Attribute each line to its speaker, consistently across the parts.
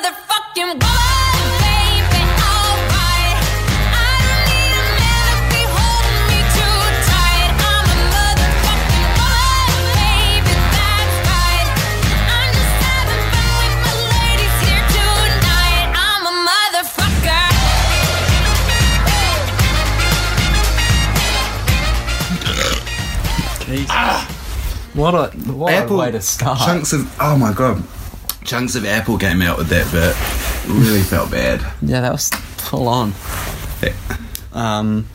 Speaker 1: fucking woman, baby. Alright, I don't need a man to be holding me too tight. I'm a motherfucking woman, baby. That's right. I'm just having fun with my ladies here tonight. I'm a motherfucker.
Speaker 2: What a what
Speaker 3: Apple
Speaker 2: a way to start.
Speaker 3: Chunks of oh my god, chunks of apple came out with that bit. Really felt bad.
Speaker 2: Yeah, that was full on. Um.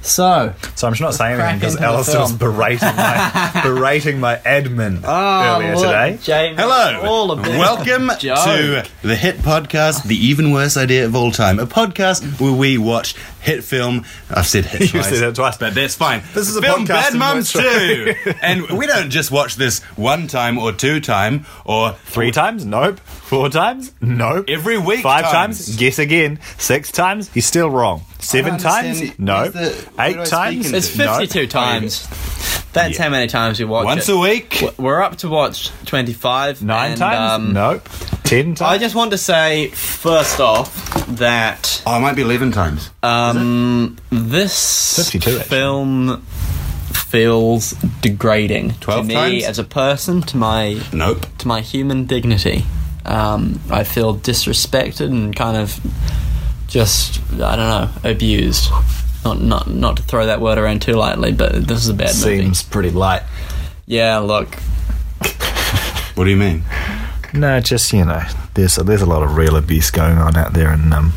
Speaker 2: So
Speaker 4: So I'm just not saying anything because
Speaker 2: Crack into the
Speaker 4: Alistair was
Speaker 2: film.
Speaker 4: berating my berating my admin earlier
Speaker 2: look,
Speaker 4: today.
Speaker 2: James,
Speaker 3: Hello,
Speaker 2: all a big
Speaker 3: welcome
Speaker 2: joke.
Speaker 3: to the hit podcast, the even worse idea of all time, a podcast where we watch hit film. I've said hit
Speaker 4: You
Speaker 3: twice,
Speaker 4: said it twice.
Speaker 3: but that's fine.
Speaker 4: This is a
Speaker 3: film
Speaker 4: podcast
Speaker 3: Bad
Speaker 4: in
Speaker 3: Mums
Speaker 4: which-
Speaker 3: too, and we don't just watch this one time or two time or
Speaker 4: Three times? Nope. Four times? Nope.
Speaker 3: Every week
Speaker 4: Five
Speaker 3: times.
Speaker 4: times? Guess again. Six times? You're still wrong. Seven times?
Speaker 3: understand.
Speaker 4: No.
Speaker 3: Where's the- where do I
Speaker 4: Eight
Speaker 3: speak
Speaker 4: times?
Speaker 3: into?
Speaker 2: it's
Speaker 4: No.
Speaker 2: fifty-two times. That's how many times we watch
Speaker 3: Oh, once
Speaker 2: it.
Speaker 3: a week.
Speaker 2: W- We're up to watch twenty-five.
Speaker 4: Nine
Speaker 2: and,
Speaker 4: times?
Speaker 2: um,
Speaker 4: nope. Ten
Speaker 2: I
Speaker 4: times?
Speaker 2: just want to say first off that
Speaker 3: Oh, it might be eleven times.
Speaker 2: um, this
Speaker 4: 52 actually.
Speaker 2: film feels degrading to
Speaker 3: 12
Speaker 2: me
Speaker 3: times?
Speaker 2: as a person, to my
Speaker 3: nope.
Speaker 2: to my human dignity. Um, I feel disrespected and kind of just I don't know abused. Not not not to throw that word around too lightly, but this is a bad movie.
Speaker 4: Seems pretty light.
Speaker 2: Yeah, look,
Speaker 3: What do you mean?
Speaker 4: No, just you know, there's a, there's a lot of real abuse going on out there, and um,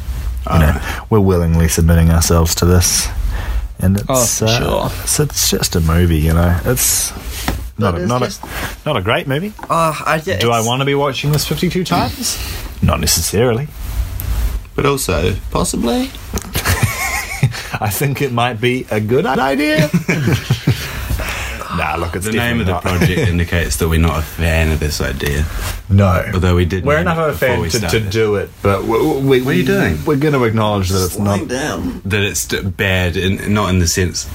Speaker 4: you know, we're willingly submitting ourselves to this, and
Speaker 3: Oh,
Speaker 4: it's
Speaker 2: for
Speaker 4: uh,
Speaker 2: sure.
Speaker 4: it's, it's just a movie, you know. It's not a, not a not a great movie.
Speaker 2: uh, I, yeah,
Speaker 4: Do I
Speaker 2: it's-
Speaker 4: want to be watching this 52
Speaker 3: Mm.
Speaker 4: times? not necessarily.
Speaker 3: But also possibly.
Speaker 4: I think it might be a good idea. nah, look, it's
Speaker 3: The name of
Speaker 4: definitely
Speaker 3: the
Speaker 4: not.
Speaker 3: project indicates that we're not a fan of this idea.
Speaker 4: No.
Speaker 3: Although we did.
Speaker 4: We're
Speaker 3: name
Speaker 4: enough
Speaker 3: it
Speaker 4: of a
Speaker 3: before
Speaker 4: fan
Speaker 3: we
Speaker 4: to, to
Speaker 3: started.
Speaker 4: do it, but we, we,
Speaker 3: What are you doing?
Speaker 4: We're going to acknowledge that it's not
Speaker 3: down. That it's d- bad, in, not in the sense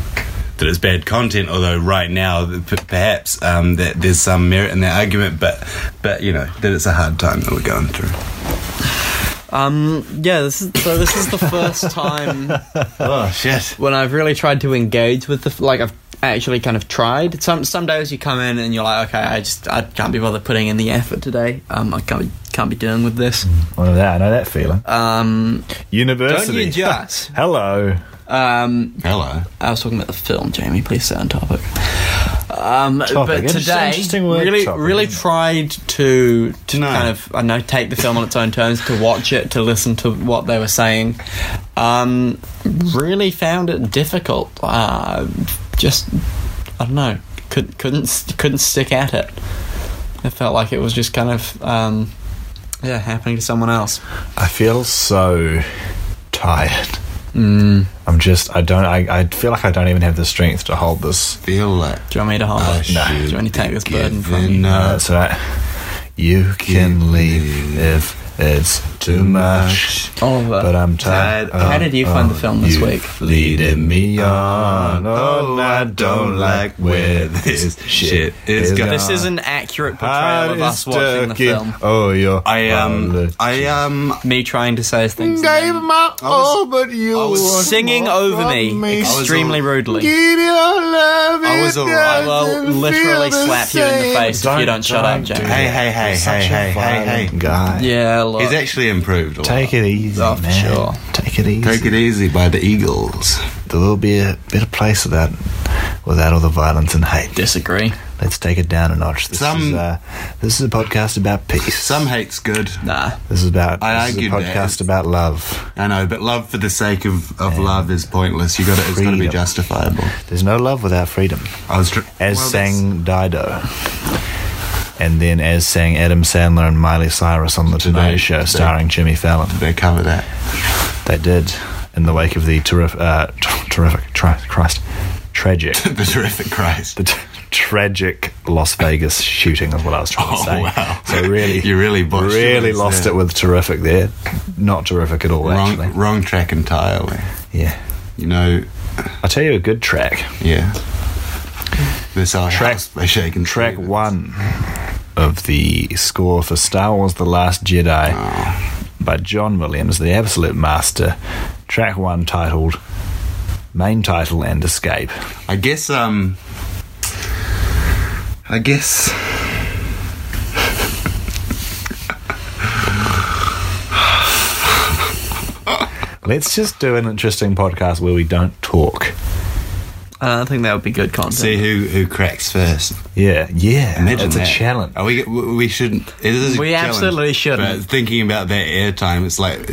Speaker 3: that it's bad content. Although right now, th- p- perhaps um, that there's some merit in that argument, but but you know that it's a hard time that we're going through.
Speaker 2: Um, yeah, this is so. This is the first time
Speaker 3: Oh shit!
Speaker 2: when I've really tried to engage with the f- like I've actually kind of tried. Some some days you come in and you're like, okay, I just I can't be bothered putting in the effort today. Um, I can't be, can't be dealing with this.
Speaker 4: Oh, yeah, I know that feeling.
Speaker 2: Um, don't
Speaker 4: University.
Speaker 2: you just?
Speaker 4: Hello.
Speaker 2: Um,
Speaker 3: Hello.
Speaker 2: I was talking about the film, Jamie. Please stay on topic. Um, But
Speaker 4: Interesting-
Speaker 2: today,
Speaker 4: interesting word
Speaker 2: really,
Speaker 4: topic,
Speaker 2: really
Speaker 4: isn't it?
Speaker 2: tried to, to
Speaker 3: No.
Speaker 2: kind of, I don't know, take the film on its own terms, to watch it, to listen to what they were saying. Um, really found it difficult. Uh, just, I don't know, could, couldn't st- couldn't stick at it. It felt like it was just kind of, um, yeah, happening to someone else.
Speaker 4: I feel so tired. I'm just, I don't, I, I feel like I don't even have the strength to hold this.
Speaker 3: Feel like.
Speaker 2: Do you want me to hold
Speaker 3: I
Speaker 2: it? Do you want me to take this burden from you?
Speaker 3: giving up.
Speaker 4: That's right. Uh, You can leave if it's too much.
Speaker 2: Oliver,
Speaker 4: But I'm tired.
Speaker 3: Tired
Speaker 2: How did you find the film
Speaker 3: uh,
Speaker 2: this week?
Speaker 3: Leading me
Speaker 4: on. Oh, I don't like where this shit is going.
Speaker 2: This is an accurate portrayal of us watching the film.
Speaker 4: Oh, yeah.
Speaker 3: I um I um
Speaker 2: Me trying to say things.
Speaker 4: gave my all, but you
Speaker 3: was
Speaker 2: Singing over me, extremely
Speaker 3: I was
Speaker 2: rudely.
Speaker 4: Give your love.
Speaker 3: I was
Speaker 4: it
Speaker 3: alright.
Speaker 2: I will
Speaker 4: doesn't
Speaker 2: literally
Speaker 4: feel the
Speaker 2: slap you in
Speaker 4: same.
Speaker 2: the face if you don't shut up,
Speaker 4: do
Speaker 2: Jamie.
Speaker 4: that.
Speaker 3: Hey, hey, hey,
Speaker 4: You're
Speaker 3: hey,
Speaker 4: such a
Speaker 3: hey, hey,
Speaker 4: violent
Speaker 3: hey.
Speaker 4: guy.
Speaker 2: Yeah, look.
Speaker 3: he's actually improved. A lot.
Speaker 4: Take it easy,
Speaker 2: Oh, for
Speaker 4: man.
Speaker 2: sure.
Speaker 4: Take it easy.
Speaker 3: Take it easy by the Eagles.
Speaker 4: There will be a better place without, without all the violence and hate.
Speaker 2: Disagree.
Speaker 4: Let's take it down a notch. This
Speaker 3: Some-
Speaker 4: is uh, this is a podcast about peace.
Speaker 3: Some hate's good.
Speaker 2: Nah.
Speaker 4: This is about.
Speaker 3: I
Speaker 4: this is a
Speaker 3: argued that.
Speaker 4: podcast about love.
Speaker 3: I know, but love for the sake of, of love is pointless. You got to, it's got to be
Speaker 4: Freedom.
Speaker 3: justifiable.
Speaker 4: There's no love without freedom.
Speaker 3: I was tr-
Speaker 4: As
Speaker 3: well, that's-
Speaker 4: sang Dido, and then as sang Adam Sandler and Miley Cyrus on the Tonight
Speaker 3: Today-
Speaker 4: Show,
Speaker 3: today.
Speaker 4: starring Jimmy Fallon.
Speaker 3: they cover that.
Speaker 4: They did in the wake of the terrific, uh, t- terrific, tri- Christ, tragic,
Speaker 3: The terrific Christ.
Speaker 4: the t- tragic Las Vegas shooting is what I was trying to
Speaker 3: Oh,
Speaker 4: say.
Speaker 3: wow.
Speaker 4: So really,
Speaker 3: You really botched
Speaker 4: really
Speaker 3: it,
Speaker 4: lost
Speaker 3: yeah.
Speaker 4: it with terrific there. Not terrific at all,
Speaker 3: Wrong,
Speaker 4: actually.
Speaker 3: wrong track entirely.
Speaker 4: Yeah,
Speaker 3: You know,
Speaker 4: I'll tell you a good track.
Speaker 3: yeah. This our
Speaker 4: Track-
Speaker 3: house by shaking
Speaker 4: Track
Speaker 3: Stevens.
Speaker 4: one of the score for Star Wars The Last Jedi
Speaker 3: Ah.
Speaker 4: by John Williams, the absolute master. Track one titled Main Title and Escape.
Speaker 3: I guess um I guess
Speaker 4: Let's just do an interesting podcast where we don't talk.
Speaker 2: Uh, I think that would be good content.
Speaker 3: see who who cracks first.
Speaker 4: Yeah, yeah.
Speaker 3: Imagine
Speaker 4: it's
Speaker 3: that.
Speaker 4: a challenge.
Speaker 3: Are we we shouldn't. It is. a
Speaker 2: We
Speaker 3: challenge,
Speaker 2: absolutely shouldn't.
Speaker 3: But thinking about that airtime, it's like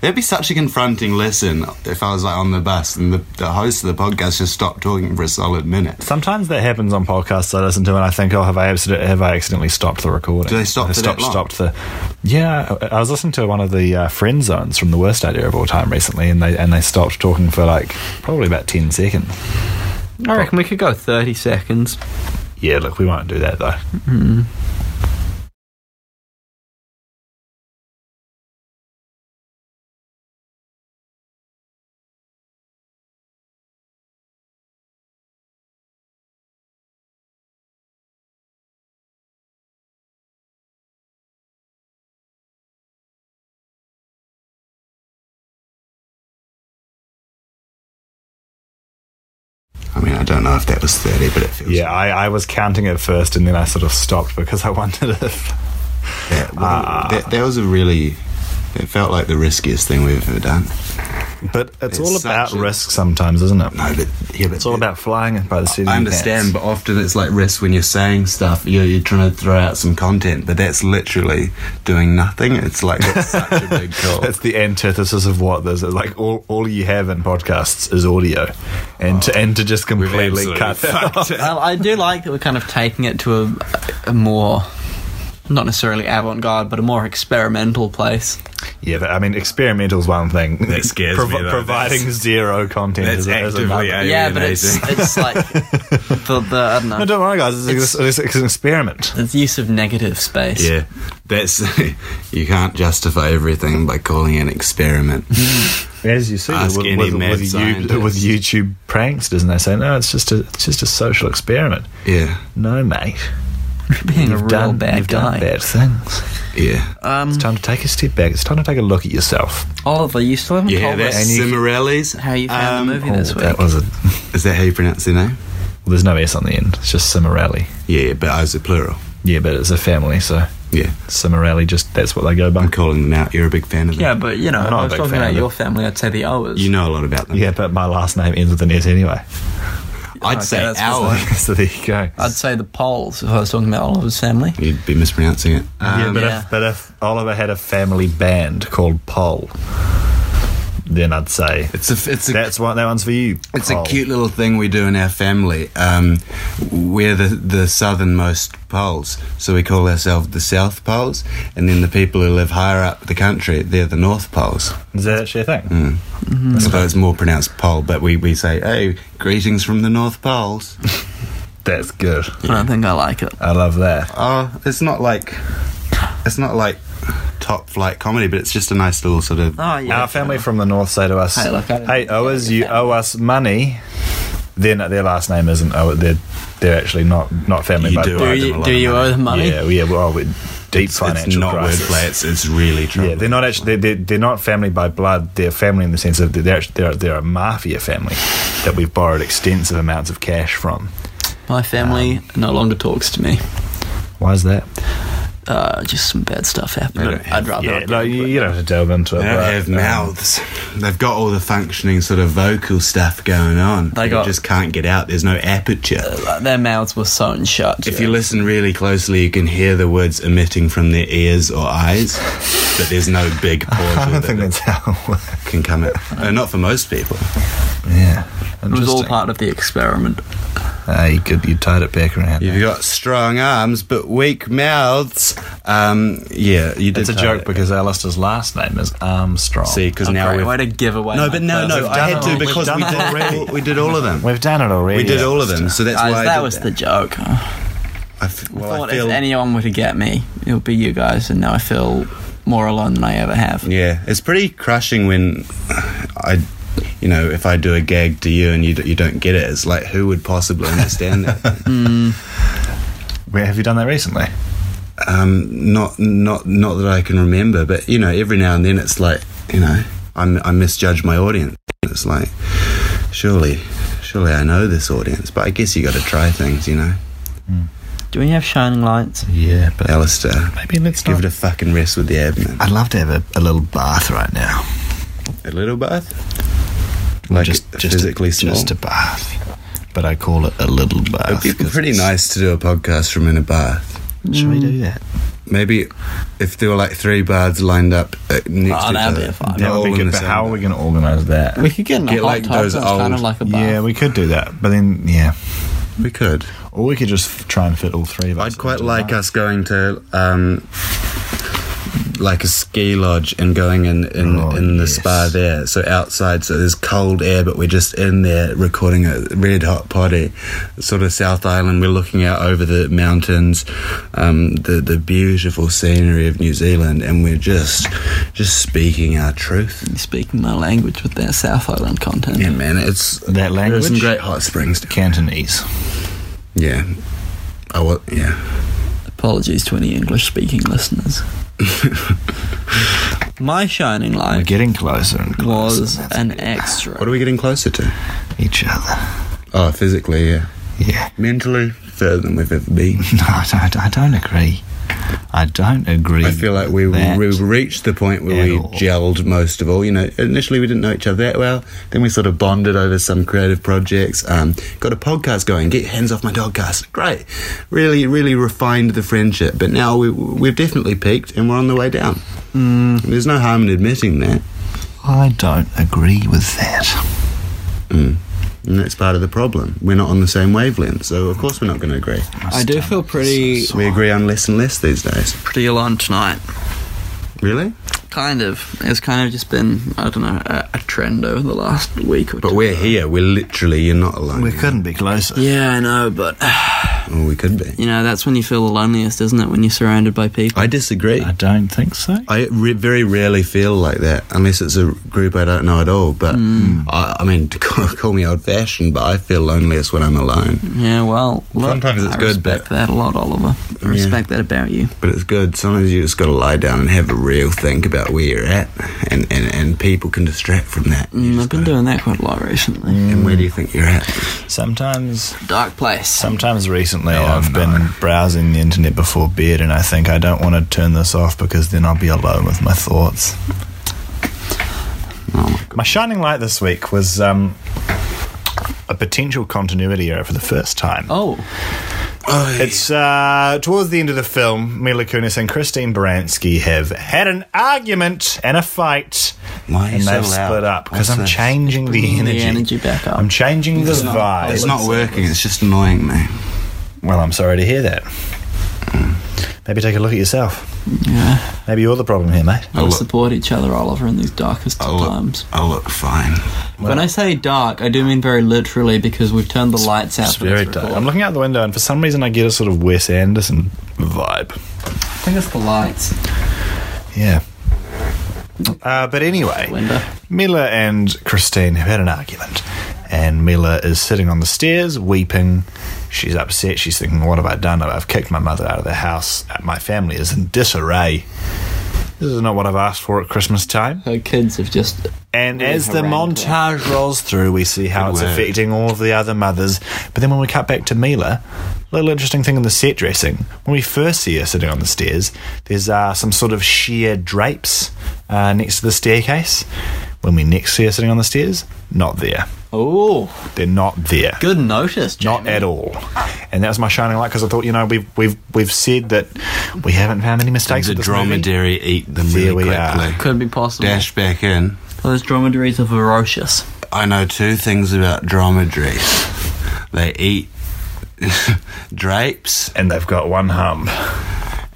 Speaker 3: that'd be such a confronting lesson if I was like on the bus and the, the host of the podcast just stopped talking for a solid minute.
Speaker 4: Sometimes that happens on podcasts I listen to, and I think, oh, have I abs- have I accidentally stopped the recording?
Speaker 3: Do they stop
Speaker 4: Have I
Speaker 3: for
Speaker 4: stopped,
Speaker 3: that long?
Speaker 4: stopped the? Yeah, I I was listening to one of the uh, friend zones from the worst idea of all time recently, and they and they stopped talking for like probably about ten seconds.
Speaker 2: I reckon we could go 30 seconds.
Speaker 4: Yeah, look, we won't do that though.
Speaker 3: I mean, I don't know if that was thirty, but it feels
Speaker 4: Yeah, I, I was counting at first, and then I sort of stopped because I wondered if.
Speaker 3: That,
Speaker 4: Ah.
Speaker 3: that, that was a really. It felt like the riskiest thing we've ever done.
Speaker 4: But
Speaker 3: It's
Speaker 4: it's, all about
Speaker 3: such a-
Speaker 4: risk sometimes, isn't it?
Speaker 3: No, but yeah, but
Speaker 4: It's all about flying by the seat of your
Speaker 3: I understand,
Speaker 4: pants.
Speaker 3: but often it's like risk when you're saying stuff. You're, you're trying to throw out some content, but that's literally doing nothing. It's like that's such a big call.
Speaker 4: That's the antithesis of what this is. Like all, all you have in podcasts is audio, and to and to just completely
Speaker 3: absolutely
Speaker 4: cut that off.
Speaker 2: Well, I do like that we're kind of taking it to a, a more, not necessarily avant garde, but a more experimental place.
Speaker 4: Yeah, but I mean, experimental is one thing.
Speaker 3: That scares me, though.
Speaker 4: Providing
Speaker 3: That's-
Speaker 4: zero content
Speaker 3: that's
Speaker 4: is, is
Speaker 3: actively
Speaker 4: another.
Speaker 3: a-
Speaker 2: yeah, but it's,
Speaker 3: amazing.
Speaker 2: it's like the, the I don't know,
Speaker 4: No, don't worry, guys. It's, it's, it's an experiment.
Speaker 2: it's use of negative space.
Speaker 3: Yeah, that's you can't justify everything by calling it an experiment.
Speaker 2: Mm-hmm.
Speaker 4: As you see,
Speaker 3: Ask
Speaker 4: with,
Speaker 3: any
Speaker 4: with,
Speaker 3: mad
Speaker 4: with, you,
Speaker 3: scientist.
Speaker 4: with YouTube pranks, doesn't they say no? It's just a it's just a social experiment.
Speaker 3: yeah,
Speaker 4: No, mate.
Speaker 2: being a
Speaker 4: You've
Speaker 2: real
Speaker 4: done
Speaker 2: bad
Speaker 4: you've
Speaker 2: guy.
Speaker 4: done bad things.
Speaker 3: yeah,
Speaker 2: Um,
Speaker 4: It's time to take a step back. It's time to take a look at yourself.
Speaker 2: Oliver, you still haven't
Speaker 3: yeah.
Speaker 2: told
Speaker 3: That's
Speaker 2: us
Speaker 4: any-
Speaker 3: Cimarelli's.
Speaker 2: how you found the movie
Speaker 4: Oh,
Speaker 2: this week.
Speaker 4: that was a.
Speaker 3: Is that how you pronounce their name?
Speaker 4: Well, there's no S on the end. It's just Cimarelli.
Speaker 3: Yeah, but I was a plural.
Speaker 4: Yeah, but it's a family, so
Speaker 3: Yeah,
Speaker 4: Cimarelli just that's what they go by.
Speaker 3: I'm calling them out. You're a big fan of them.
Speaker 2: yeah, but you know,
Speaker 4: I'm
Speaker 2: I
Speaker 4: not a
Speaker 2: was
Speaker 4: big
Speaker 2: talking
Speaker 4: fan
Speaker 2: about
Speaker 4: of
Speaker 2: your family. I'd say the O's.
Speaker 3: you know a lot about them.
Speaker 4: Yeah, but my last name ends with an S anyway.
Speaker 3: I'd
Speaker 2: Okay,
Speaker 3: say
Speaker 2: that's
Speaker 3: our.
Speaker 4: so there you go.
Speaker 2: I'd say the Poles if I was talking about Oliver's family.
Speaker 3: You'd be mispronouncing it.
Speaker 4: yeah,
Speaker 3: Um,
Speaker 4: but,
Speaker 2: yeah.
Speaker 4: If, but if Oliver had a family band called Pole, then I'd say
Speaker 3: it's a it's a
Speaker 4: that's one. That one's for you.
Speaker 3: It's
Speaker 4: Pole.
Speaker 3: a cute little thing we do in our family. Um, we're the, the southernmost poles, so we call ourselves the South Poles. And then the people who live higher up the country, they're the North Poles.
Speaker 4: Is that actually a thing?
Speaker 3: Mm.
Speaker 4: Mm.
Speaker 3: Although it's more pronounced pole, but we, we say, hey, greetings from the North Poles.
Speaker 4: That's good.
Speaker 2: I don't think I like it.
Speaker 4: I love that.
Speaker 3: Oh, it's not like it's not like top flight comedy, but it's just a nice little sort of.
Speaker 2: Oh yeah,
Speaker 4: Our family from the north say to us,
Speaker 2: Hey, look, I don't-
Speaker 4: "Hey, owers, you owe us money." Then their last name isn't owe. They're they're actually not not family.
Speaker 3: You
Speaker 4: but
Speaker 3: do
Speaker 4: blood.
Speaker 3: owe
Speaker 2: Do
Speaker 3: them a
Speaker 2: you,
Speaker 3: lot
Speaker 2: do
Speaker 3: of
Speaker 2: you
Speaker 3: money.
Speaker 2: owe the money?
Speaker 4: Yeah, yeah. Well, we're deep financial
Speaker 3: it's not
Speaker 4: crisis.
Speaker 3: wordplay. It's, it's really true.
Speaker 4: Yeah, they're not actually they're, they're, they're not family by blood. They're family in the sense of they're they're, actually- they're they're a mafia family that we've borrowed extensive amounts of cash from.
Speaker 2: My family
Speaker 3: Um,
Speaker 2: no longer talks to me.
Speaker 4: Why is that?
Speaker 2: Uh, just some bad stuff happened.
Speaker 3: They don't have-
Speaker 2: I'd rather.
Speaker 4: Yeah,
Speaker 2: not-
Speaker 4: no, you, you don't have to delve into it.
Speaker 3: They don't
Speaker 4: but,
Speaker 3: have
Speaker 4: um,
Speaker 3: mouths. They've got all the functioning sort of vocal stuff going on.
Speaker 2: They
Speaker 3: They
Speaker 2: got-
Speaker 3: just can't get out. There's no aperture.
Speaker 2: Like, Their mouths were sewn shut.
Speaker 3: If you listen really closely, you can hear the words emitting from their ears or eyes, but there's no big
Speaker 4: I
Speaker 3: portal
Speaker 4: don't
Speaker 3: that
Speaker 4: think that's how. It works.
Speaker 3: can come out. Uh, not for most people.
Speaker 4: Yeah,
Speaker 2: it was all part of the experiment.
Speaker 4: Ah, you could you tied it back around.
Speaker 3: You've got strong arms but weak mouths. Um, yeah, you did.
Speaker 4: It's a
Speaker 3: tie
Speaker 4: joke
Speaker 3: it.
Speaker 4: because Alistair's last name is Armstrong.
Speaker 3: see, because
Speaker 2: A Oh,
Speaker 3: now
Speaker 2: great
Speaker 3: we've
Speaker 2: way to give away.
Speaker 3: no,
Speaker 2: my
Speaker 3: but no, no,
Speaker 2: first-
Speaker 3: I had to
Speaker 2: We've
Speaker 3: because
Speaker 2: done
Speaker 3: we
Speaker 2: it
Speaker 3: did, all, we did all of them.
Speaker 4: We've done it already.
Speaker 3: We did all of them, so that's
Speaker 2: Guys,
Speaker 3: why I
Speaker 2: that
Speaker 3: did
Speaker 2: was
Speaker 3: that.
Speaker 2: the joke. I
Speaker 3: I f- well, I
Speaker 2: thought
Speaker 3: feel-
Speaker 2: if anyone were to get me, it would be you guys, and now I feel more alone than I ever have.
Speaker 3: Yeah, it's pretty crushing when I, you know, if I do a gag to you and you, d- you don't get it, it's like who would possibly understand that?
Speaker 4: Where have you done that recently?
Speaker 3: Um, not not not that I can remember, but you know, every now and then it's like you know, I'm, I misjudge my audience. It's like surely, surely I know this audience, but I guess you got to try things, you know.
Speaker 2: Do we have shining lights?
Speaker 4: Yeah, but
Speaker 3: Alistair,
Speaker 4: maybe let's
Speaker 3: give it
Speaker 4: not.
Speaker 3: a fucking rest with the abdomen.
Speaker 4: I'd love to have a, a little bath right now.
Speaker 3: A little bath, like
Speaker 4: just, just
Speaker 3: physically
Speaker 4: a,
Speaker 3: small.
Speaker 4: Just a bath. But I call it a little bath.
Speaker 3: It'd be
Speaker 4: 'cause
Speaker 3: pretty
Speaker 4: it's-
Speaker 3: nice to do a podcast from in a bath.
Speaker 4: Should we do that?
Speaker 3: Maybe if there were like three baths lined up uh, next
Speaker 2: Oh,
Speaker 3: to each
Speaker 2: that'd be
Speaker 3: other,
Speaker 2: fun.
Speaker 3: they're
Speaker 4: That would
Speaker 3: all
Speaker 4: be
Speaker 3: in
Speaker 4: good,
Speaker 3: the
Speaker 4: but
Speaker 3: same
Speaker 4: how are we
Speaker 3: bath.
Speaker 4: going to organise that?
Speaker 2: We could get in a
Speaker 3: Get
Speaker 2: hot
Speaker 3: like
Speaker 2: tub,
Speaker 3: those
Speaker 2: so it's kind of
Speaker 3: old-
Speaker 2: like a bath.
Speaker 4: Yeah, we could do that. But then, yeah.
Speaker 3: we could.
Speaker 4: Or we could just f- try and fit all three of us.
Speaker 3: I'd quite
Speaker 4: into
Speaker 3: like
Speaker 4: one.
Speaker 3: us going to um, like a ski lodge and going in in,
Speaker 4: Oh,
Speaker 3: in the
Speaker 4: yes.
Speaker 3: spa there. So outside, so there's cold air, but we're just in there recording a red hot potty. Sort of South Island. We're looking out over the mountains, um, the the beautiful scenery of New Zealand, and we're just just speaking our truth.
Speaker 2: Speaking my language with that South Island content.
Speaker 3: Yeah, man, it's
Speaker 4: That
Speaker 3: There's some
Speaker 4: language?
Speaker 3: great hot springs. down-
Speaker 4: Cantonese.
Speaker 3: Yeah, I wa Yeah.
Speaker 2: Apologies to any English speaking listeners. My shining
Speaker 4: We're
Speaker 2: light
Speaker 4: getting closer and closer.
Speaker 2: was
Speaker 4: That's
Speaker 2: an
Speaker 4: good.
Speaker 2: extra.
Speaker 3: What are we getting closer to?
Speaker 4: Each other.
Speaker 3: Oh, physically, yeah.
Speaker 4: Yeah.
Speaker 3: mentally further than we've ever been.
Speaker 4: No, I don't, I don't agree. I don't agree.
Speaker 3: I feel like we
Speaker 4: that.
Speaker 3: we reached the point where
Speaker 4: At
Speaker 3: we
Speaker 4: all.
Speaker 3: gelled most of all. You know, initially we didn't know each other that well. Then we sort of bonded over some creative projects. Um, got a podcast going. Get hands off my dogcast. Great. Really, really refined the friendship. But now we we've definitely peaked and we're on the way down.
Speaker 4: Mm.
Speaker 3: There's no harm in admitting that.
Speaker 4: I don't agree with that.
Speaker 3: And that's part of the problem. We're not on the same wavelength, so of course we're not going to agree.
Speaker 4: My
Speaker 2: I do feel
Speaker 4: stomach is
Speaker 2: pretty-
Speaker 4: so
Speaker 3: We agree on less and less these days.
Speaker 2: Pretty alone tonight.
Speaker 3: Really?
Speaker 2: Kind of. It's kind of just been, I don't know, a, a trend over the last week or
Speaker 3: But
Speaker 2: two.
Speaker 3: we're here. We're literally. You're not alone.
Speaker 4: We couldn't be closer.
Speaker 2: Yeah, I know, but
Speaker 3: Or we could be.
Speaker 2: you know that's when you feel the loneliest, isn't it? When you're surrounded by people.
Speaker 3: I disagree.
Speaker 4: I don't think so.
Speaker 3: I re- very rarely feel like that unless it's a group I don't know at all. But I, I mean, call, call me old fashioned, but I feel loneliest when I'm alone.
Speaker 2: yeah, well, look,
Speaker 3: Sometimes it's
Speaker 2: I
Speaker 3: good,
Speaker 2: respect
Speaker 3: but-
Speaker 2: that a lot, Oliver. I respect that about you.
Speaker 3: But it's good. Sometimes you just got to lie down and have a real think about where you're at, and, and, and people can distract from that. You
Speaker 2: Mm,
Speaker 3: just
Speaker 2: I've been
Speaker 3: gotta-
Speaker 2: doing that quite a lot recently.
Speaker 3: And where do you think you're at?
Speaker 4: Sometimes,
Speaker 2: Dark place.
Speaker 4: sometimes recently,
Speaker 3: Oh,
Speaker 4: I've
Speaker 3: no.
Speaker 4: been browsing the internet before bed, and I think I don't want to turn this off because then I'll be alone with my thoughts. my shining light this week was um, a potential continuity error for the first time.
Speaker 2: Oh,
Speaker 4: It's uh, towards the end of the film. Mila Kunis and Christine Baranski have had an argument and a fight,
Speaker 3: Why are you
Speaker 4: and
Speaker 3: so
Speaker 4: they've
Speaker 3: loud?
Speaker 4: split up because
Speaker 3: What's
Speaker 4: I'm
Speaker 3: this?
Speaker 4: changing the
Speaker 2: bringing the
Speaker 4: energy.
Speaker 2: energy back up.
Speaker 4: I'm changing the vibe.
Speaker 3: It's not working. It's just annoying me.
Speaker 4: Well, I'm sorry to hear that. Maybe take a look at yourself.
Speaker 2: yeah.
Speaker 4: Maybe you're the problem here, mate.
Speaker 2: We'll
Speaker 3: look.
Speaker 2: support each other, Oliver, in these darkest
Speaker 3: I look,
Speaker 2: times.
Speaker 3: I look fine.
Speaker 2: when I say dark, I do mean very literally because we've turned the lights out.
Speaker 4: It's
Speaker 2: for this
Speaker 4: very dark.
Speaker 2: recording.
Speaker 4: I'm looking out the window, and for some reason, I get a sort of Wes Anderson vibe.
Speaker 2: I think it's the lights.
Speaker 4: Yeah. Uh, but anyway,
Speaker 2: Window.
Speaker 4: Mila and Christine have had an argument, and Mila is sitting on the stairs weeping. She's upset. She's thinking, "What have I done? I've kicked my mother out of the house. My family is in disarray. This is not what I've asked for at Christmas time."
Speaker 2: Her kids have just.
Speaker 4: And as the
Speaker 2: harangued her.
Speaker 4: montage rolls through, we see how
Speaker 3: Good
Speaker 4: it's
Speaker 3: work.
Speaker 4: affecting all of the other mothers. But then when we cut back to Mila, little interesting thing in the set dressing. When we first see her sitting on the stairs, there's uh, some sort of sheer drapes uh, next to the staircase. When we next see her sitting on the stairs, not there.
Speaker 2: Oh,
Speaker 4: They're not there.
Speaker 2: good notice, Jamie.
Speaker 4: Not at all, and that was my shining light because I thought, you know, we've we've we've said that we haven't found any mistakes.
Speaker 3: The
Speaker 4: with this movie.
Speaker 3: dromedary eat them
Speaker 4: There
Speaker 3: really
Speaker 4: we are.
Speaker 3: quickly.
Speaker 2: Could be possible.
Speaker 3: Dash back in.
Speaker 2: Those dromedaries are ferocious.
Speaker 3: I know two things about dromedaries. They eat drapes
Speaker 4: and they've got one hump.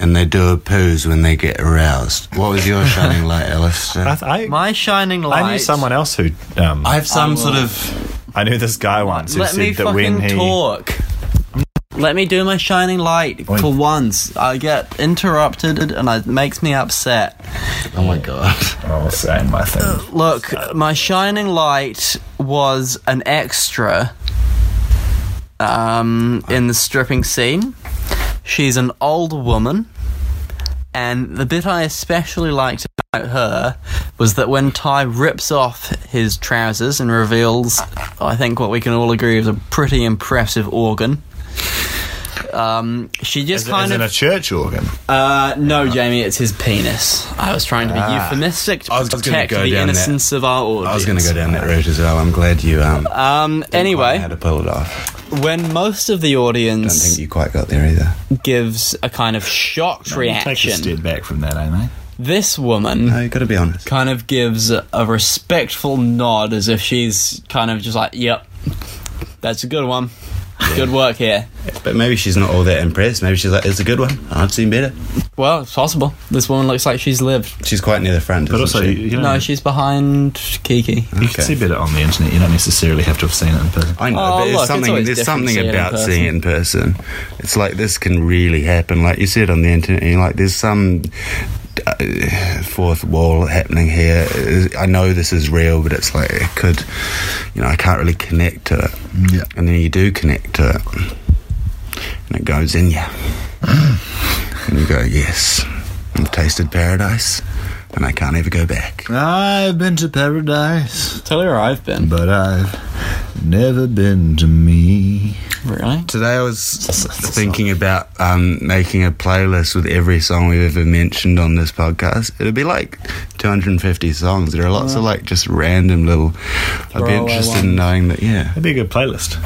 Speaker 3: and they do a poos when they get aroused. What was your shining light, Alistair?
Speaker 4: I, th- I,
Speaker 2: My shining light.
Speaker 4: I knew someone else who um,
Speaker 3: I have some sort
Speaker 2: will-
Speaker 3: of.
Speaker 4: I knew this guy once who
Speaker 2: Let
Speaker 4: said
Speaker 2: me
Speaker 4: that when
Speaker 2: fucking
Speaker 4: he
Speaker 2: talk. Let me do my shining light
Speaker 4: Oi.
Speaker 2: for once. I get interrupted and it makes me upset.
Speaker 3: Oh my god.
Speaker 4: oh, saying my thing.
Speaker 2: Look, my shining light was an extra um, in the stripping scene. She's an old woman. And the bit I especially liked about her was that when Ty rips off his trousers and reveals, I think what we can all agree is a pretty impressive organ. Um, she just
Speaker 4: Is it-
Speaker 2: kind
Speaker 4: is it
Speaker 2: of
Speaker 4: a church organ?
Speaker 2: uh, no, Jamie, it's his penis. I was trying to be euphemistic to
Speaker 3: Ah. I was- I was gonna
Speaker 2: protect
Speaker 3: go
Speaker 2: the
Speaker 3: down that-
Speaker 2: innocence of our audience.
Speaker 3: I was going to go down that route as well. I'm glad you um.
Speaker 2: Um,
Speaker 3: how
Speaker 2: anyway,
Speaker 3: to pull it off?
Speaker 2: when most of the
Speaker 3: I don't
Speaker 2: audience
Speaker 3: think you quite got there either.
Speaker 2: gives a kind of shocked
Speaker 4: Take a
Speaker 2: reaction,
Speaker 4: step back from that, eh, mate?
Speaker 2: this woman
Speaker 3: No, you got to be honest.
Speaker 2: kind of gives a respectful nod as if she's kind of just like, yep, that's a good one. Good work here.
Speaker 3: But maybe she's not all that impressed. Maybe she's like, "It's a good one. I've seen better."
Speaker 2: Well, it's possible. This woman looks like she's lived.
Speaker 3: She's quite near the front,
Speaker 4: But
Speaker 3: isn't
Speaker 4: also,
Speaker 3: she?
Speaker 4: you, you don't-
Speaker 2: No, she's behind Kiki.
Speaker 4: you can
Speaker 3: Okay.
Speaker 4: see better on the internet. You don't necessarily have to have seen it in person.
Speaker 3: I know,
Speaker 2: Oh,
Speaker 3: but there's
Speaker 2: look, it's
Speaker 3: something
Speaker 2: always
Speaker 3: there's
Speaker 2: different
Speaker 3: something
Speaker 2: seeing it in
Speaker 3: about
Speaker 2: person.
Speaker 3: seeing it in person. It's like this can really happen. Like you said on the internet, and you're like there's some uh, fourth wall happening here. Uh, I know this is real, but it's like it could, you know, I can't really connect to it.
Speaker 4: Yeah.
Speaker 3: And then you do connect to it, and it goes in you, and you go, yes, I've tasted paradise, and I can't ever go back.
Speaker 4: I've been to paradise,
Speaker 2: Tell her where I've been.
Speaker 4: but I've never been to me.
Speaker 2: Really?
Speaker 3: Today I was thinking about um, making a playlist with every song we've ever mentioned on this podcast. It'd be like 250 songs. There are lots of like just random little. I'd be
Speaker 2: Throwaway
Speaker 3: interested in
Speaker 2: ones.
Speaker 3: knowing that. Yeah,
Speaker 4: That'd be a good playlist.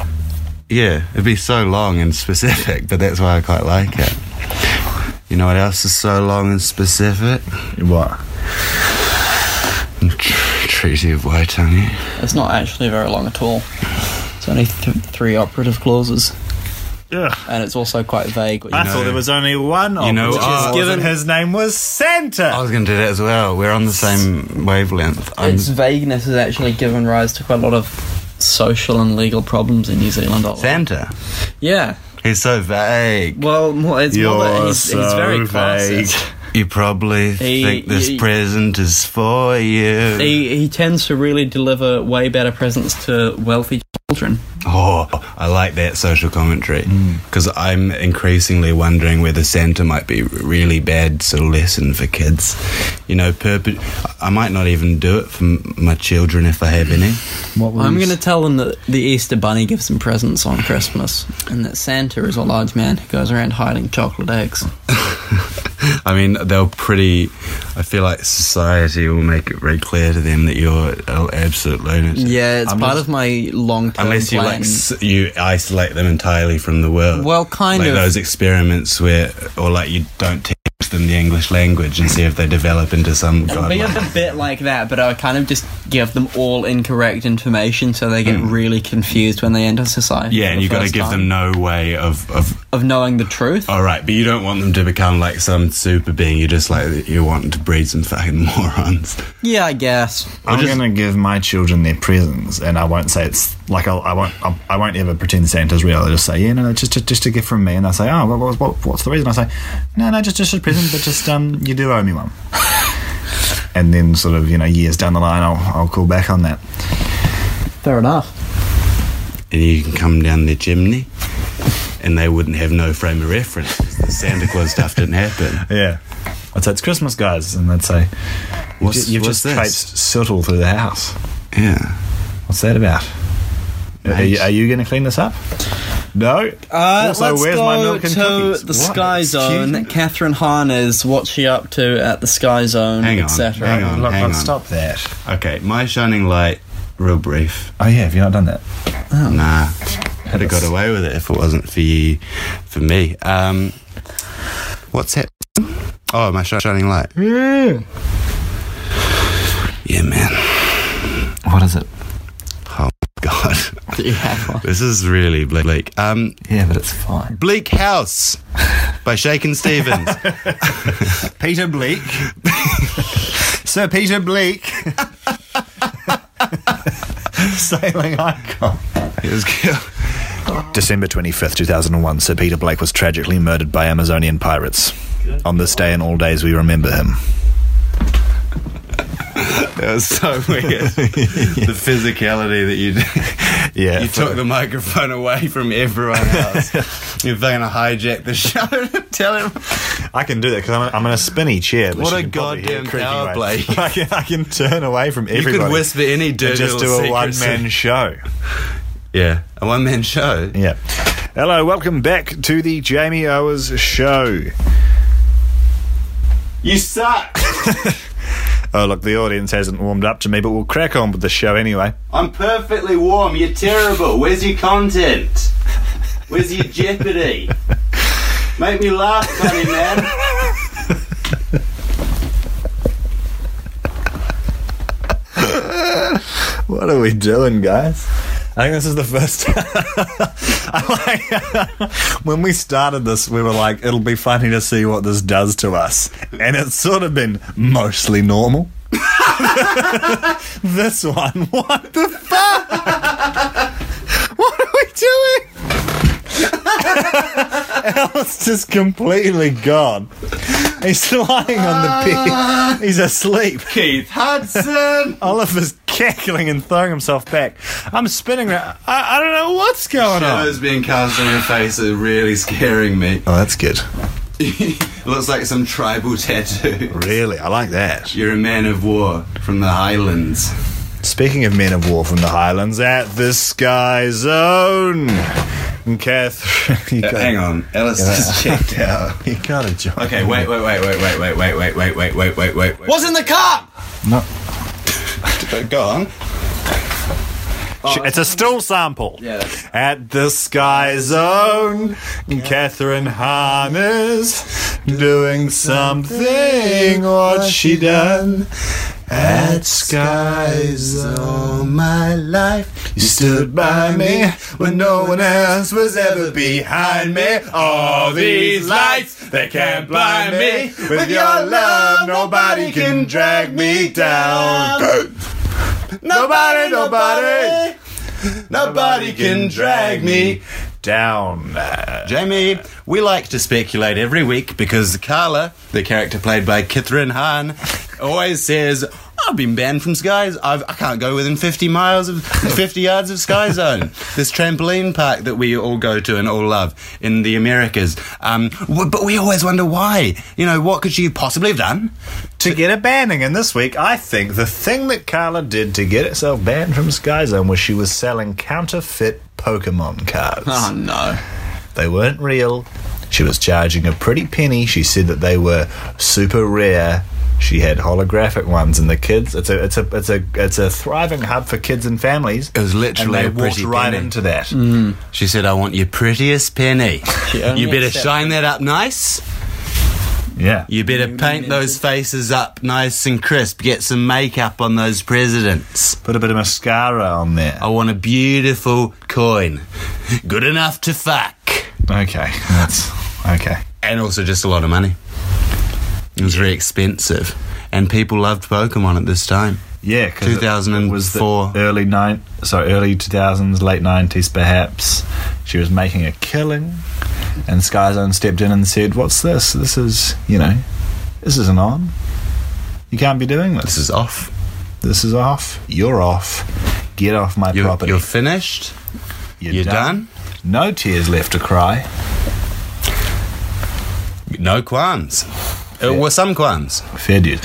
Speaker 3: yeah. It'd be so long and specific, but that's why I quite like it. You know what else is so long and specific?
Speaker 4: What?
Speaker 3: Tr- Treaty of Waitangi.
Speaker 2: It's not actually very long at all. It's only th- three operative clauses,
Speaker 4: Yeah.
Speaker 2: and it's also quite vague.
Speaker 4: I
Speaker 2: Which
Speaker 4: thought
Speaker 3: know-
Speaker 4: there was only one. You
Speaker 3: know,
Speaker 4: know,
Speaker 3: uh,
Speaker 4: given
Speaker 2: wasn't-
Speaker 4: his name was
Speaker 3: I
Speaker 4: Santa.
Speaker 3: was going to do that as well. We're on the same wavelength. I'm,
Speaker 2: its vagueness has actually given rise to quite a lot of social and legal problems in New Zealand.
Speaker 3: Santa.
Speaker 2: Yeah.
Speaker 3: He's so vague.
Speaker 2: Well, more, it's more that
Speaker 4: You're
Speaker 2: he's, he's
Speaker 4: so
Speaker 2: very classist.
Speaker 4: vague.
Speaker 3: You probably
Speaker 2: He-
Speaker 3: think this
Speaker 2: he-
Speaker 3: present is for you.
Speaker 2: He, he tends to really deliver way better presents to wealthy children.
Speaker 3: oh, I like that social commentary
Speaker 2: Mm.
Speaker 3: because I'm increasingly wondering whether Santa might be really bad, so lesson for kids. You know, perpe- I might not even do it for m- my children if I have any.
Speaker 4: What was-
Speaker 2: I'm going to tell them that the Easter Bunny gives them presents on Christmas, and that Santa is a large man who goes around hiding chocolate eggs.
Speaker 3: I mean, they'll pretty. I feel like society will make it very clear to them that you're an absolute lunatic.
Speaker 2: Yeah, it's
Speaker 4: I'm
Speaker 2: part
Speaker 4: just-
Speaker 2: of my long term
Speaker 3: Unless you like
Speaker 2: plan.
Speaker 3: s- you isolate them entirely from the world.
Speaker 2: Well, kind
Speaker 3: like
Speaker 2: of.
Speaker 3: those experiments where, or like you don't teach them the English language and see if they develop into some
Speaker 2: It'll be
Speaker 3: godlike.
Speaker 2: a bit like that, but I would kind of just give them all incorrect information, so they get really confused when they enter society.
Speaker 3: Hmm. Yeah,
Speaker 2: for
Speaker 3: and
Speaker 2: the
Speaker 3: you got to
Speaker 2: first
Speaker 3: give
Speaker 2: time.
Speaker 3: them Uh, no way of of.
Speaker 2: of knowing the truth.
Speaker 3: All right, but you don't want them to become like some super being. You just like you want to breed some fucking morons.
Speaker 2: Yeah, I guess.
Speaker 4: I'm going to give my children their presents, and I won't say it's like I'll, I won't. I'll, I won't ever pretend Santa's real. I'll just say, yeah, no, no, just, just just a gift from me, and they'll say, oh, what, what, what, what's the reason? I say, no, no, just just a present, but just um, you do owe me one. and then, sort of, you know, years down the line, I'll I'll call back on that.
Speaker 2: Fair enough.
Speaker 3: And you can come down their chimney, and they wouldn't have no frame of reference. 'cause The Santa Claus stuff didn't happen.
Speaker 4: Yeah, I'd say it's Christmas, guys, and they'd say,
Speaker 3: What's,
Speaker 4: you've
Speaker 3: what's
Speaker 4: just traipsed soot all through the house.
Speaker 3: Yeah.
Speaker 4: What's that about? Are you, are you going to clean this up? No.
Speaker 2: Uh,
Speaker 4: Also,
Speaker 2: let's
Speaker 4: where's
Speaker 2: go
Speaker 4: my milk and
Speaker 2: to
Speaker 4: cookies?
Speaker 2: the
Speaker 4: What?
Speaker 2: Sky
Speaker 4: Excuse
Speaker 2: Zone.
Speaker 4: me?
Speaker 2: Catherine Hahn is what's she up to at the Sky Zone,
Speaker 3: Hang on,
Speaker 2: etc.
Speaker 3: hang on.
Speaker 4: Look, look,
Speaker 3: on.
Speaker 4: stop that.
Speaker 3: Okay, my shining light, real brief.
Speaker 4: Oh yeah, have you not done that?
Speaker 3: Nah, I'd have got away with it if it wasn't for you, for me. Um, what's that? Oh, my shi- shining light.
Speaker 4: Mm.
Speaker 3: Yeah, man.
Speaker 4: What is it?
Speaker 3: Oh God,
Speaker 2: Do you have one?
Speaker 3: this is really bleak. Um,
Speaker 4: Yeah, but it's fine.
Speaker 3: Bleak House by Shaken Stevens.
Speaker 4: Peter Bleak. Sir Peter Bleak. Sailing icon.
Speaker 3: it was good.
Speaker 4: December 25th, 2001, Sir Peter Blake was tragically murdered by Amazonian pirates. On this day and all days, we remember him.
Speaker 3: That was so weird. The physicality that you did.
Speaker 4: Yeah.
Speaker 3: You
Speaker 4: for-
Speaker 3: took the microphone away from everyone else. You're going to hijack the show. Tell him.
Speaker 4: I can do that because I'm, I'm in a spinny chair. but
Speaker 3: What
Speaker 4: she
Speaker 3: a
Speaker 4: can probably hear
Speaker 3: goddamn
Speaker 4: it creaking
Speaker 3: power
Speaker 4: away.
Speaker 3: play.
Speaker 4: I can, I can turn away from everybody.
Speaker 3: whisper any
Speaker 4: and
Speaker 3: dirty
Speaker 4: just do
Speaker 3: little
Speaker 4: a one
Speaker 3: secrets.
Speaker 4: man show.
Speaker 3: Yeah, a one man show.
Speaker 4: Yeah. Hello, welcome back to the Jamie Owers show.
Speaker 3: You suck.
Speaker 4: Oh, look, the audience hasn't warmed up to me, but we'll crack on with the show anyway.
Speaker 3: I'm perfectly warm. You're terrible. Where's your content? Where's your Jeopardy? Make me laugh, funny man.
Speaker 4: What are we doing, guys? I think this is the first I like- when we started this, we were like, it'll be funny to see what this does to us. And it's sort of been mostly normal. this one, what the fuck? what are we doing? Al's just completely gone. He's lying on the bed. He's asleep.
Speaker 3: Keith Hudson.
Speaker 4: Oliver's cackling and throwing himself back. I'm spinning around. I, I don't know what's going on.
Speaker 3: Shadows being cast on your face are really scaring me.
Speaker 4: Oh, that's good.
Speaker 3: Looks like some tribal tattoo.
Speaker 4: Really, I like that.
Speaker 3: You're a man of war from the Highlands.
Speaker 4: Speaking of men of war from the Highlands, at the Sky Zone, Catherine. You
Speaker 3: Uh, hang on, Alice just checked out.
Speaker 4: You gotta join.
Speaker 3: Okay, wait, wait, wait, wait, wait, wait, wait, wait, wait, wait, wait, wait, wait. Uh,
Speaker 2: What's in the car?
Speaker 4: No.
Speaker 3: Go on.
Speaker 4: it's a stool sample.
Speaker 3: Oh, Yeah, that's-
Speaker 4: At the Sky Zone, Catherine Hahn is doing something. What she done at Sky Zone? My life, you stood by me when no one else was ever behind me. All these lights, they can't blind me. With your love, nobody can drag me down. Nobody, nobody, nobody can drag me down.
Speaker 3: Jamie, we like to speculate every week because Carla, the character played by Kithrin Hahn, always says, I've been banned from Skies. I've, I can't go within 50 miles of 50 yards of Sky Zone, this trampoline park that we all go to and all love in the Americas. Um, w- but we always wonder why. You know, what could she possibly have done?
Speaker 4: to get a banning, and this week I think the thing that Carla did to get herself banned from Sky Zone was she was selling counterfeit Pokemon cards.
Speaker 3: Uh-huh.
Speaker 2: Oh no.
Speaker 4: They weren't real. She was charging a pretty penny. She said that they were super rare. She had holographic ones, and the kids. It's a it's a it's a it's a thriving hub for kids and families.
Speaker 3: It was literally
Speaker 4: and they
Speaker 3: a
Speaker 4: walked
Speaker 3: pretty
Speaker 4: right
Speaker 3: penny. Mm.
Speaker 4: into that.
Speaker 3: She said, I want your prettiest penny.
Speaker 2: only
Speaker 3: you better
Speaker 2: accepted-
Speaker 3: shine that up nice.
Speaker 4: Yeah,
Speaker 3: You better paint those faces up nice and crisp. Get some makeup on those presidents.
Speaker 4: put a bit of mascara on there.
Speaker 3: I want a beautiful coin. Good enough to fuck.
Speaker 4: Okay, that's okay.
Speaker 3: And also just a lot of money. It was very expensive. And people loved Pokemon at this time.
Speaker 4: Yeah, 'cause it
Speaker 3: 2004.
Speaker 4: was the early nine, sorry, early two thousands, late nineties, perhaps. She was making a killing, and Skyzone stepped in and said, "What's this? This is, you know, this isn't on. You can't be doing
Speaker 3: This
Speaker 4: this.
Speaker 3: is off.
Speaker 4: This is off. You're off. Get off my
Speaker 3: You're,
Speaker 4: property.
Speaker 3: you're finished. You're done.
Speaker 4: No tears left to cry.
Speaker 3: No quans. It was some quans.
Speaker 4: Fair dues.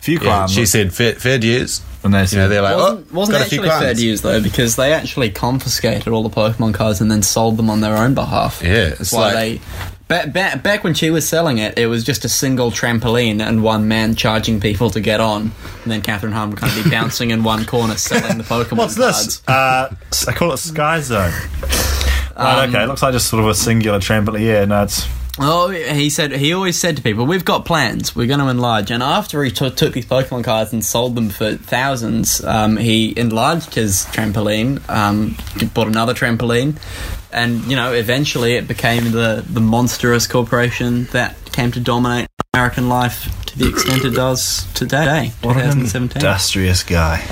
Speaker 4: Few
Speaker 3: Yeah,
Speaker 4: crimes.
Speaker 3: she said fair, fair dues.
Speaker 4: and they said,
Speaker 3: You know, they're like,
Speaker 2: wasn't
Speaker 3: oh,
Speaker 2: wasn't
Speaker 3: got a few
Speaker 2: actually fair
Speaker 3: quans.
Speaker 2: to use though, because they actually confiscated all the Pokemon cards and then sold them on their own behalf.
Speaker 3: Yeah, it's
Speaker 2: that's why
Speaker 3: like-
Speaker 2: they. Back, back, back when she was selling it, it was just a single trampoline and one man charging people to get on, and then Catherine Hahn would kind of be bouncing in one corner selling the Pokemon
Speaker 4: What's
Speaker 2: cards.
Speaker 4: this? Uh, s- I call it Sky Zone. Right, okay, it looks like just sort of a singular trampoline. Yeah, no, it's
Speaker 2: Oh, he said he always said to people, "We've got plans. We're going to enlarge." And after he t- took these Pokemon cards and sold them for thousands, um, he enlarged his trampoline, um, bought another trampoline, and you know, eventually it became the the monstrous corporation that came to dominate American life to the extent it does today,
Speaker 4: What an
Speaker 2: 2017.
Speaker 4: industrious guy.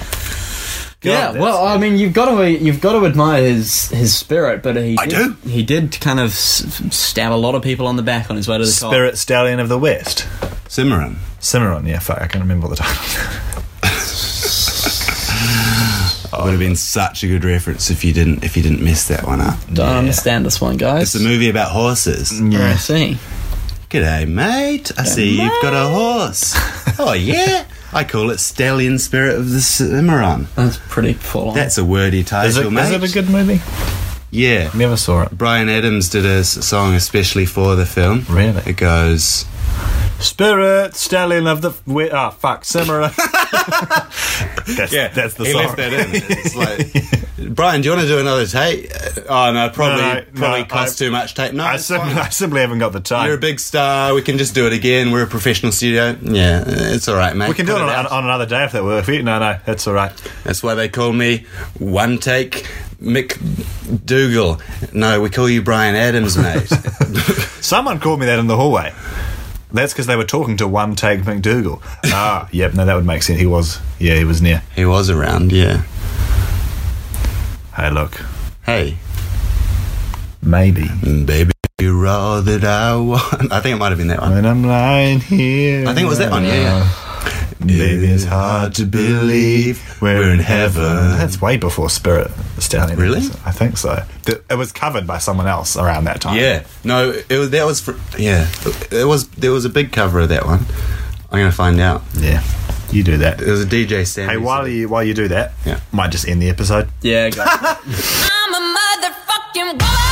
Speaker 2: Yeah,
Speaker 4: God,
Speaker 2: well, I mean, you've got to you've got to admire his his spirit, but he
Speaker 3: I
Speaker 2: did,
Speaker 3: do.
Speaker 2: he did kind of s- stab a lot of people on the back on his way to the top.
Speaker 4: Spirit Stallion of the West.
Speaker 3: Cimarron.
Speaker 4: Cimarron, yeah, fuck, I can't remember what the title.
Speaker 3: Would have been such a good reference if you didn't if you didn't mess that one up.
Speaker 2: Don't understand this one, guys.
Speaker 3: It's a movie about horses.
Speaker 2: Yeah. I see.
Speaker 3: G'day, mate. I see you've got a horse. oh, yeah. I call it Stallion Spirit of the Cimarron.
Speaker 2: That's pretty full on.
Speaker 3: That's a wordy title,
Speaker 4: Is it,
Speaker 3: mate.
Speaker 4: is it a good movie?
Speaker 3: Yeah.
Speaker 4: Never saw it.
Speaker 3: Brian Adams did a s- song especially for the film.
Speaker 4: Really?
Speaker 3: It goes,
Speaker 4: Spirit, stallion of the. We, oh, fuck, Cimarron. that's, that's the
Speaker 3: he
Speaker 4: song.
Speaker 3: left that in. It's like, Brian, do you want to do another take? Oh no, probably
Speaker 4: No, no,
Speaker 3: probably
Speaker 4: no,
Speaker 3: costs
Speaker 4: I-
Speaker 3: too much tape. No,
Speaker 4: I
Speaker 3: it's
Speaker 4: simply,
Speaker 3: fine.
Speaker 4: I simply haven't got the time.
Speaker 3: You're a big star. We can just do it again. We're a professional studio. Yeah, it's all right, mate.
Speaker 4: we can do it
Speaker 3: Put
Speaker 4: on,
Speaker 3: out.
Speaker 4: on another day if that works for you. No, no, that's all right.
Speaker 3: That's why they call me One Take McDougal. No, we call you Brian Adams, mate.
Speaker 4: Someone called me that in the hallway. That's because they were talking to one take McDougal. Ah, yep, no, that would make sense. He was, yeah, he was near.
Speaker 3: he was around. Yeah.
Speaker 4: Hey, look,
Speaker 3: Hey,
Speaker 4: maybe.
Speaker 3: baby, you're all that I want. I think it might have been that one.
Speaker 4: When I'm lying here.
Speaker 3: I think it was that one. Yeah. yeah.
Speaker 4: Maybe it's hard to believe
Speaker 3: We're in heaven.
Speaker 4: That's way before Spirit Stallion.
Speaker 3: Really?
Speaker 4: I think so. Th- It was covered by someone else around that time.
Speaker 3: Yeah, no, it was that was fr yeah, it was there was a big cover of that one. I'm gonna find out.
Speaker 4: Yeah. You do that.
Speaker 3: It was a DJ Sammy.
Speaker 4: Hey, while you, while you do that,
Speaker 3: Yeah.
Speaker 4: might just end the episode.
Speaker 2: yeah, got it.
Speaker 1: I'm a motherfucking woman.